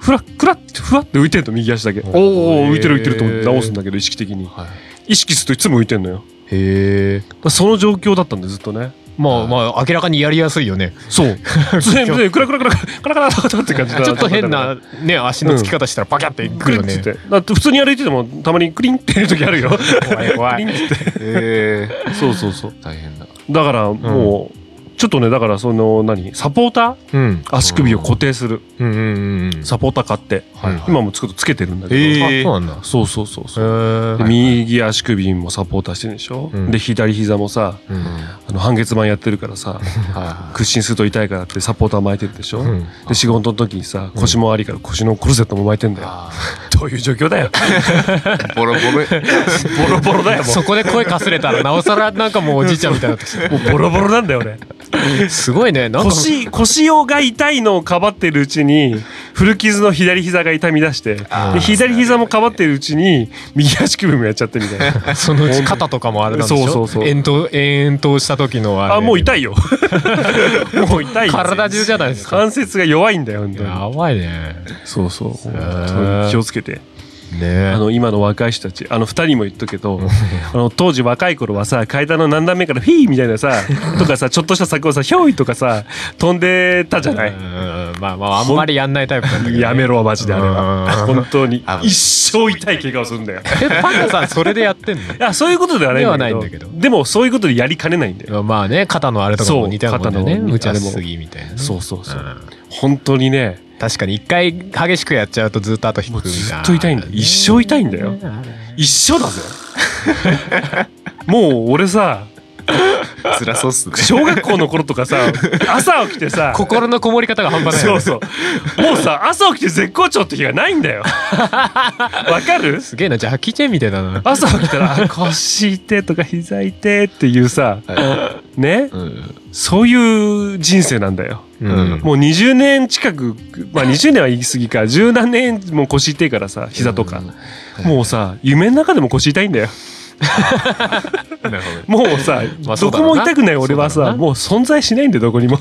S4: ふらふらってふわって浮いてんの右足だけおーおー浮いてる浮いてると思って直すんだけど意識的に
S1: ーはい
S4: 意識するといつも浮いてんのよ
S1: へえ
S4: だからその状況だったんでずっとね
S3: まあまあ明らかにやりやすいよね
S4: そう常に常にクラクラクラクラクラクラクラって感じで
S3: ちょっと変なね足のつき方したらパキャってい
S4: ク
S3: く
S4: リン
S3: よ
S4: って
S3: ね
S4: ってだって普通に歩いててもたまにクリンっていう時あるよ
S3: 怖い怖
S4: クリ
S3: い
S4: ンって
S1: え
S4: そうそうそう
S1: ー大変だ
S4: だからもうちょっとねだからその何サポータ
S3: うん
S4: ー足首を固定する
S3: うんうんうんうん
S4: サポーター買って
S1: はいはい
S4: 今もちょっとつけてるんだけど、
S1: えー
S3: あそうなんだ
S4: そうそうそうそう
S3: へ
S4: で
S3: え
S4: 右足首もサポーターしてるでしょ、
S3: うん
S4: で左膝もさ
S1: うん
S4: あの半月板やってるから さ
S1: は
S4: 屈伸すると痛いからってサポーター巻いてるでしょ、
S3: うん
S4: で仕事の時にさ腰もありから腰のコルセットも巻いてんだ
S1: い
S4: よ、
S1: あ
S4: どういう状況だ よ
S1: ーボロボロ
S4: ボロボロだよも
S3: そこで声かすれたらなおさらなんかもうおじいちゃんみたいになってき
S4: うもうボロボロなんだよ俺
S3: てすごいねなんか
S4: 腰腰をが痛いのをかばってるうちに古傷の左膝が痛み出して
S1: あー
S4: で左膝もかばってるうちに右足首もやっちゃってみたいな
S3: そのうち肩とかもあれなんでしょ
S4: そうそうそう
S3: 遠投遠投した時のあれ
S4: あもう痛いよもう痛い よ
S3: 体中じゃないですか
S4: 関節が弱いんだよ本当に
S3: やばいね
S4: そうそう本
S3: ー
S4: 当に気をつけて
S3: ね
S4: あの今の若い人たちあの2人にも言っとくけどあの当時若い頃はさ階段の何段目からフィーみたいなさとかさちょっとした柵をさひょいとかさ飛んでたじゃない
S3: うんまあまああんまりやんないタイプなんだけどね
S4: やめろマジであれは
S3: うん
S4: 本当に
S1: ない
S4: 一生痛い怪我をするんだよ
S3: えパンダさんそれでやってんの
S4: いやそういうことではないんだけ
S3: では
S4: ど
S3: ないんだけど
S4: でもそういうことでやりかねないんだよ
S3: まあね肩のあれ とかも似たようなもんだよ
S4: そう
S3: ね
S4: 肩の
S3: 無茶しすぎみたいなね、
S4: そうそうそううん本当にね
S3: 確かに一回激しくやっちゃうとずっと後引く
S4: も
S3: み
S4: う
S3: たいな
S4: ずっと痛いんだよ一生痛いんだよ一緒だぜもう俺さ
S1: 辛そうっすね
S4: 小学校の頃とかさ朝起きてさ
S3: 心のこもり方が半端ない
S4: そ
S3: よ
S4: う
S3: ね
S4: そうもうさ朝起きて絶好調って日がないんだよわかる
S3: すげえなジャッキーチェンみたいだな
S4: 朝起きたらあ腰痛いとか膝痛いっていうさ
S1: は
S4: ね
S1: いうん
S4: そういう人生なんだよ
S1: うん
S4: もう20年近くまあ20年は言い過ぎか十何年もう腰痛いからさ膝とか
S1: うん
S4: もうさ夢の中でも腰痛いんだよ
S1: なるほど
S4: もうさ
S3: まあそ
S4: ど
S3: うだ
S4: こ
S3: ろうな
S4: も痛くない俺は
S3: そうだろ
S4: さ
S3: うな
S4: もう存在しないんだよどこにも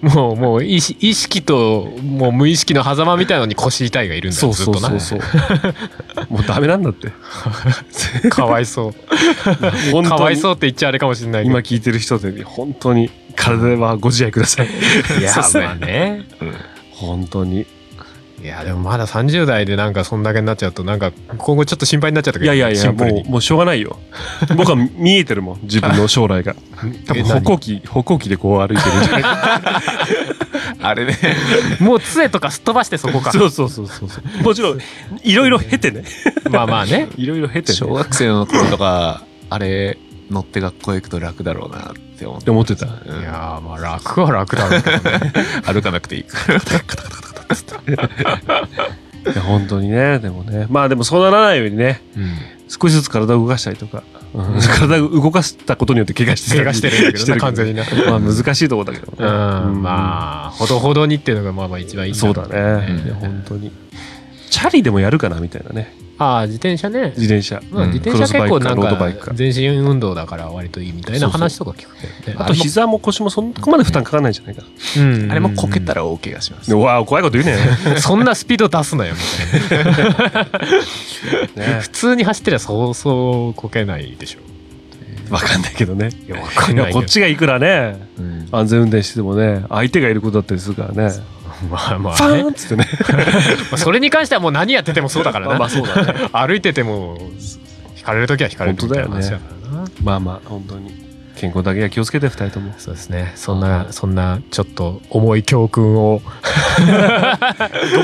S3: もうもう意識意識ともう無意識の狭間みたいのに腰痛いがいるんだよずっとな
S4: うもうダメなんだって
S3: かわいそう
S4: 本当に
S3: かわいそうって言っちゃあれかもしれないけど
S4: 今聞いてる人で本当に体はご自愛ください。
S3: い や
S1: そうっすね
S3: まあね
S4: 本当に。
S3: いやでもまだ30代でなんかそんだけになっちゃうとなんか今後ちょっと心配になっちゃったけど
S4: いやいやい
S3: シ
S4: や、
S3: ンプル
S4: もう、
S3: に
S4: もうしょうがないよ。僕は見えてるもん、自分の将来が。多分
S3: え何
S4: 歩行器、歩行器でこう歩いてるんじゃない
S1: あれね。
S3: もう杖とかすっ飛ば してそこか
S4: そうそうそうそう。もちろん、いろいろ経てね。
S3: まあまあ ね
S4: いろいろ経て
S1: 小
S4: ね。
S1: 学生の頃とか、あれ、乗って学校行くと楽だろうなって思
S4: っ
S1: っ。
S4: てて思ってた。
S1: う
S3: い
S1: ん
S3: やーまあ楽は楽だろうけ どね
S1: 歩かなくていいから。
S4: いや、本当にね、でもね。まあでもそうならないようにね、少しずつ体を動かしたりとか、うん体を動かしたことによって怪我してたり
S3: 怪我してるんだけどね完全にな
S4: まあ難しいところだけどね。
S3: うんまあほどほどにっていうのがまあまあ一番いいん
S4: そう
S3: ろ
S4: だね。いや本当に。チャリでもやるかなみたいなね。
S3: ああ自転車ね
S4: 自転車。
S3: まあ
S1: うん
S3: 自転車結構なん
S4: クロスバイクかロードバイク
S3: か
S4: か
S3: 全身運動だから割といいみたいな話とか聞くけどね
S4: あと膝も腰もそんこまで負担かかんないんじゃないかな。
S1: あれもこけた
S3: ら
S1: ら大怪我します。
S4: でうわあ怖いこと言うね。
S3: そんなスピード出すなよみたいな
S4: ね
S3: 普通に走ってりゃそうそうこけないでしょ
S4: わかんないけどね。
S3: いやわか
S4: い
S3: んない
S4: や
S3: けど
S4: こっちがいくらね、
S1: うん
S4: 安全運転しててもね、相手がいることだったりするからね。
S3: まあま
S4: フ
S3: あね
S4: ァーンっつってね。
S3: まあそれに関してはもう何やっててもそうだからな。
S4: まあそうだね。
S3: 歩いてても、引かれるときは引かれるみたいな話だからな。
S4: まあまあ、本当に。健康だけは気をつけて、二人とも。
S3: そうですね。そんな、そんな、ちょっと重い教訓を。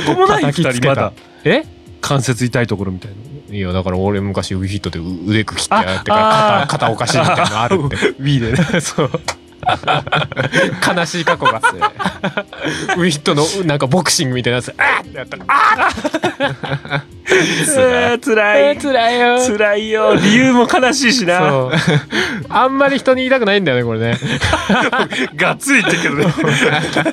S4: どこもない、二
S3: 叩きつけ
S4: 人
S3: た
S4: まだ。
S3: え
S4: 関節痛いところみたいな。
S3: いや、だから俺昔、ウィフィットでう腕く切ってやってか
S4: あ
S3: ら
S4: あ
S3: 肩、
S4: ー
S3: 肩おかしいみたいなのある って。
S4: ウィーでね。
S3: そう。悲しい過去 が。ウィヒットのなんかボクシングみたいなやつ、あーってやったら、あ
S4: うわ辛
S3: ー
S4: い。
S3: 辛いよー。
S4: 辛いよ。理由も悲しいしな。
S3: そう。 あんまり人に言いたくないんだよね、これ ね。
S4: がっつり言ってるけどね。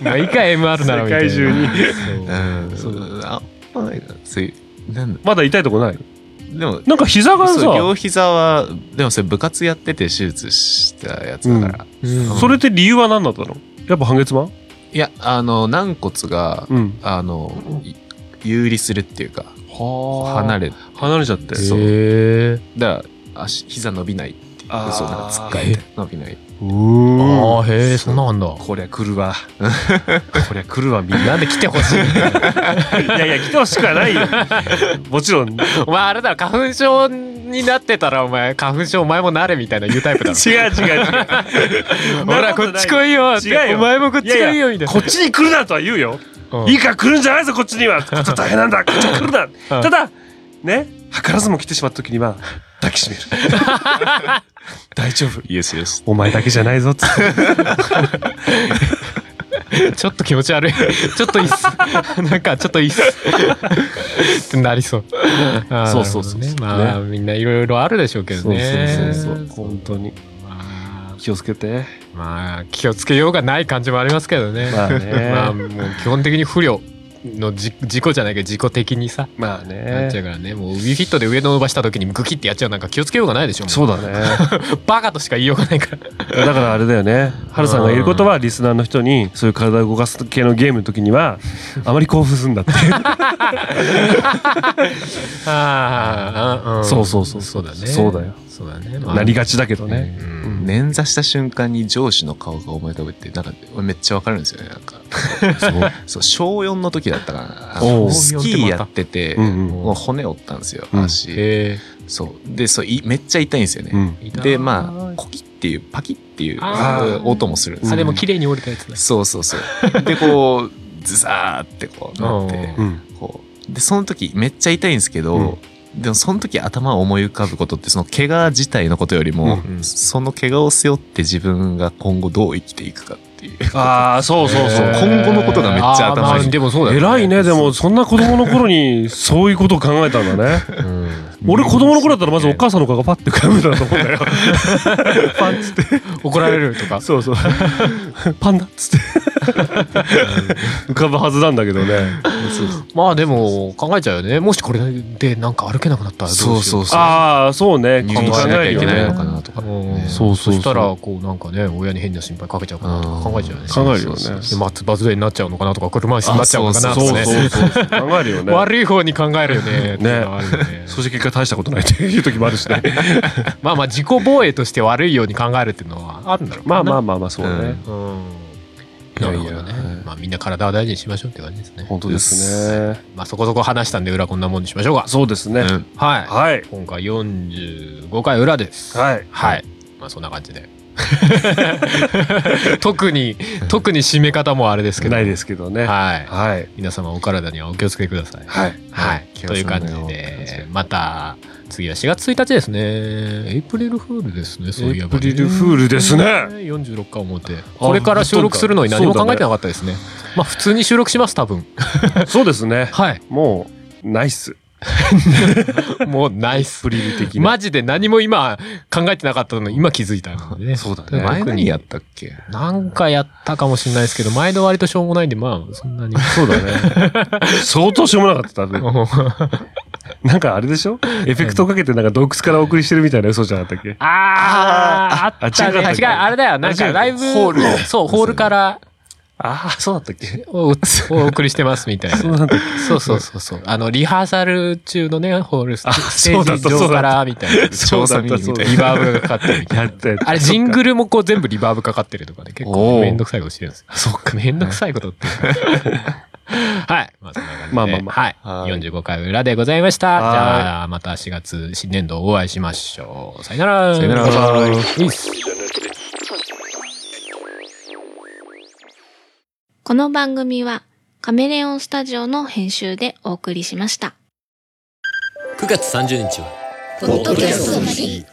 S3: まあ、いいか MR ならみたいな。
S4: 世界中に
S3: そう
S1: うん
S4: そう
S1: あんまないな。そういう、なんだ
S4: まだ痛いとこない
S1: でも、
S4: なんか膝が
S1: そう両
S4: さ、
S1: 膝は、でもそれ部活やってて手術したやつだか
S3: う
S1: ら。
S3: ん
S4: それって理由は何だったのやっぱ半月板
S1: いや、あの、軟骨が、
S4: うん。
S1: あの、い有利するっていうか、離
S4: 離れ。
S1: れ、
S4: 離れちゃって。
S1: そう
S3: へー
S1: だから足、膝伸びないっていう。
S4: あー
S1: そう、なんかつっかえて伸びない。
S4: うーん
S3: ああへえそんなんあんだ
S4: こりゃ来るわ。 こりゃ来るわ、みんな。
S3: なんで来てほしい
S4: いやいや、来てほしくはないよ。もちろん。違う
S3: お前あれだろ花粉症になってたらお前花粉症お前もなれみたいな言うタイプだろ
S4: 違う 違う。
S3: ほらこっ ち来いよって
S4: 違うよ
S3: お前もこっち来いよみたいな
S4: こっちに来るなとは言うよ。
S3: うん
S4: いいから来るんじゃないぞ、こっちには。こっちは大変な んだ。こっちは来るな。
S3: うん
S4: ただ、ね、図らずも来てしまった時には、抱きし める。大丈夫。
S1: イエスイエス。
S4: お前だけじゃないぞ、つって。
S3: ちょっと気持ち悪い ちょっといいっすなんかちょっといいっすってなりそうあー
S4: そうそうそう
S3: なるほどねまあみんないろいろあるでしょうけどね
S4: 本当に。
S3: まあ
S4: 気をつけて。
S3: まあ気をつけようがない感じもありますけどね
S4: まあね
S3: まあもう基本的に不慮のじ事故じゃないけど自己的にさ
S4: まあ
S3: なっちゃう
S4: ね。
S3: からねもうウィフィットで上の伸ばした時にグキってやっちゃうなんか気をつけようがないでしょもう
S4: そうだね。
S3: バカとしか言いようがない から
S4: だからあれだよね。ハルさんが言うことは、リスナーの人に、そういう体を動かす系のゲームの時 には、あまり興奮すんだって。
S3: ああ、うん
S4: そうそうそう
S3: そうだね
S4: そうだよ
S3: そうだね、まあ
S4: なりがちだけどね。
S3: うん
S1: 捻挫した瞬間に上司の顔が思い浮かぶって、なんか、俺めっちゃわかるんですよね、なんか。 そう、小4の時だったかな。あ
S4: おう
S1: のスキーやってて、
S4: うんうん
S1: もう骨折ったんですよ、
S4: うん
S1: 足。
S3: へ
S1: そう。で、そう、いめっちゃ痛いんですよね。
S4: うん。
S3: え
S1: で、まあ、コキっていう、パキっていう
S3: あ
S4: ー
S1: 音もするんです
S3: あ
S1: よ
S3: でも綺麗に折れたやつだ
S1: そうそうそう。で、こう、ズザーってこうなって
S4: う、ん。
S1: こう。で、その時、めっちゃ痛いんですけど、でもその時頭を思い浮かぶことって、その怪我自体のことよりも、
S3: うんうん
S1: その怪我を背負って自分が今後どう生きていくかっていう。
S4: ああ、そうそうそう。
S1: へー今後のことがめっち
S3: あ
S1: ゃ頭に
S3: ーまあでもそうだよ
S4: 偉いねでもそんな子供の頃にそういうことを考えたんだね
S3: うん
S4: 俺子供の頃だったらまずお母さんの顔がパッて浮かぶんだと思うん だよパンっつって
S3: 怒られるとか
S4: そうそうパンダっつって 浮かぶはずなんだけどね。
S3: まあでも考えちゃうよねもしこれでなんか歩けなくなったらどうしよ
S1: そうそうそう。
S4: ああ、そうね。
S1: 入院しなきゃいけないの
S4: 考
S1: かなとか。
S3: うん
S4: そうそうそう
S3: したらこうなんかね親に変な心配かけちゃうかなとか考えちゃうよね
S4: 考えるよね
S3: で松葉杖になっちゃうのかなとか車椅子になっちゃうのかなとか
S1: あ
S3: ね
S1: そうそう
S4: えるよ ね。
S3: 悪い方に考えるよねっていうのはあるよね
S4: そして結果大したことないっていう時もあるしね。
S3: まあまあ自己防衛として悪いように考えるっていうのはあるんだろう
S4: まあま
S3: あ
S4: あまあまあ、そうね。
S3: うん
S4: いや
S3: ないるほ
S4: や
S3: どね
S4: はい
S3: まあみんな体は大事にしましょうって感じですね
S4: 本当ですね。
S3: まあそこそこ話したんで裏こんなもんにしましょうか
S4: そうですね。
S1: うん
S3: は
S4: はい
S3: い。今回45回裏です
S4: はい。
S3: はい。まあそんな感じで。 特に、特に締め方もあれですけど。。
S4: ないですすけどね。
S3: はい。
S4: はい。
S3: 皆様お体にはお気をつけください。
S4: はい。
S3: はい。
S1: 気を
S3: とい
S1: つ
S3: う
S1: け
S3: 感
S1: ま
S3: じ
S1: しょう
S3: で、また、次は4月1日ですね。エイプリルフールですね、そういえばね、
S4: エイプリルフールですね
S3: 46回表。これから収録するのに何も考えてなかったですね。まあ普通に収録します、多分。
S4: そうですね。
S3: はい。
S4: もう、ナイス。
S3: もうナイス。
S4: フリル的な。
S3: マジで何も今考えてなかったのに今気づいたので ね。
S4: そうだね。
S1: 前何やったっけ
S3: なんかやったかもしれないですけど、毎度割としょうもないんで、まあ、そんなに。
S4: そうだ ね。相当しょうもなかった、多 分。なんかあれでしょエフェクトかけてなんか洞窟からお送りしてるみたいな嘘じゃなかったっけ
S3: あー、あったね。
S4: あ違う
S3: 違う、あれだよ。なん
S4: あ違
S3: か
S4: う
S3: ライブ、
S1: ホールの
S3: そう、ホールから
S4: ああ、そうだったっけ
S3: おお送りしてますみたいな。
S4: そうなんだっ
S3: そうそうそうそう。あの、リハーサル中のね、ホールス
S4: あ
S3: ステージ
S4: そうだった
S3: 上から、みたいな。
S4: そうだった
S3: 調査見にみたいな
S4: そう
S3: リバーブがかかってるみ
S4: け
S3: たい
S4: や
S3: な。
S4: ったやった。
S3: あれ、ジングルもこう全部リバーブかかってるとかね、結
S1: お
S3: 構
S1: ー
S3: めんどくさいことしてるんですよ。そっか、めんどくさいことって。はい。まあ、そんな感じで。
S4: まあまあま
S3: は。
S1: はいい
S3: 45回裏でございました。じ
S4: はい
S3: ゃあ、また4月新年度お会いしましょう。さよなら。
S1: さよなら
S3: ういっす
S2: この番組はカメレオンスタジオの編集でお送りしました。
S5: 9月30日は
S6: ポッドキャストの日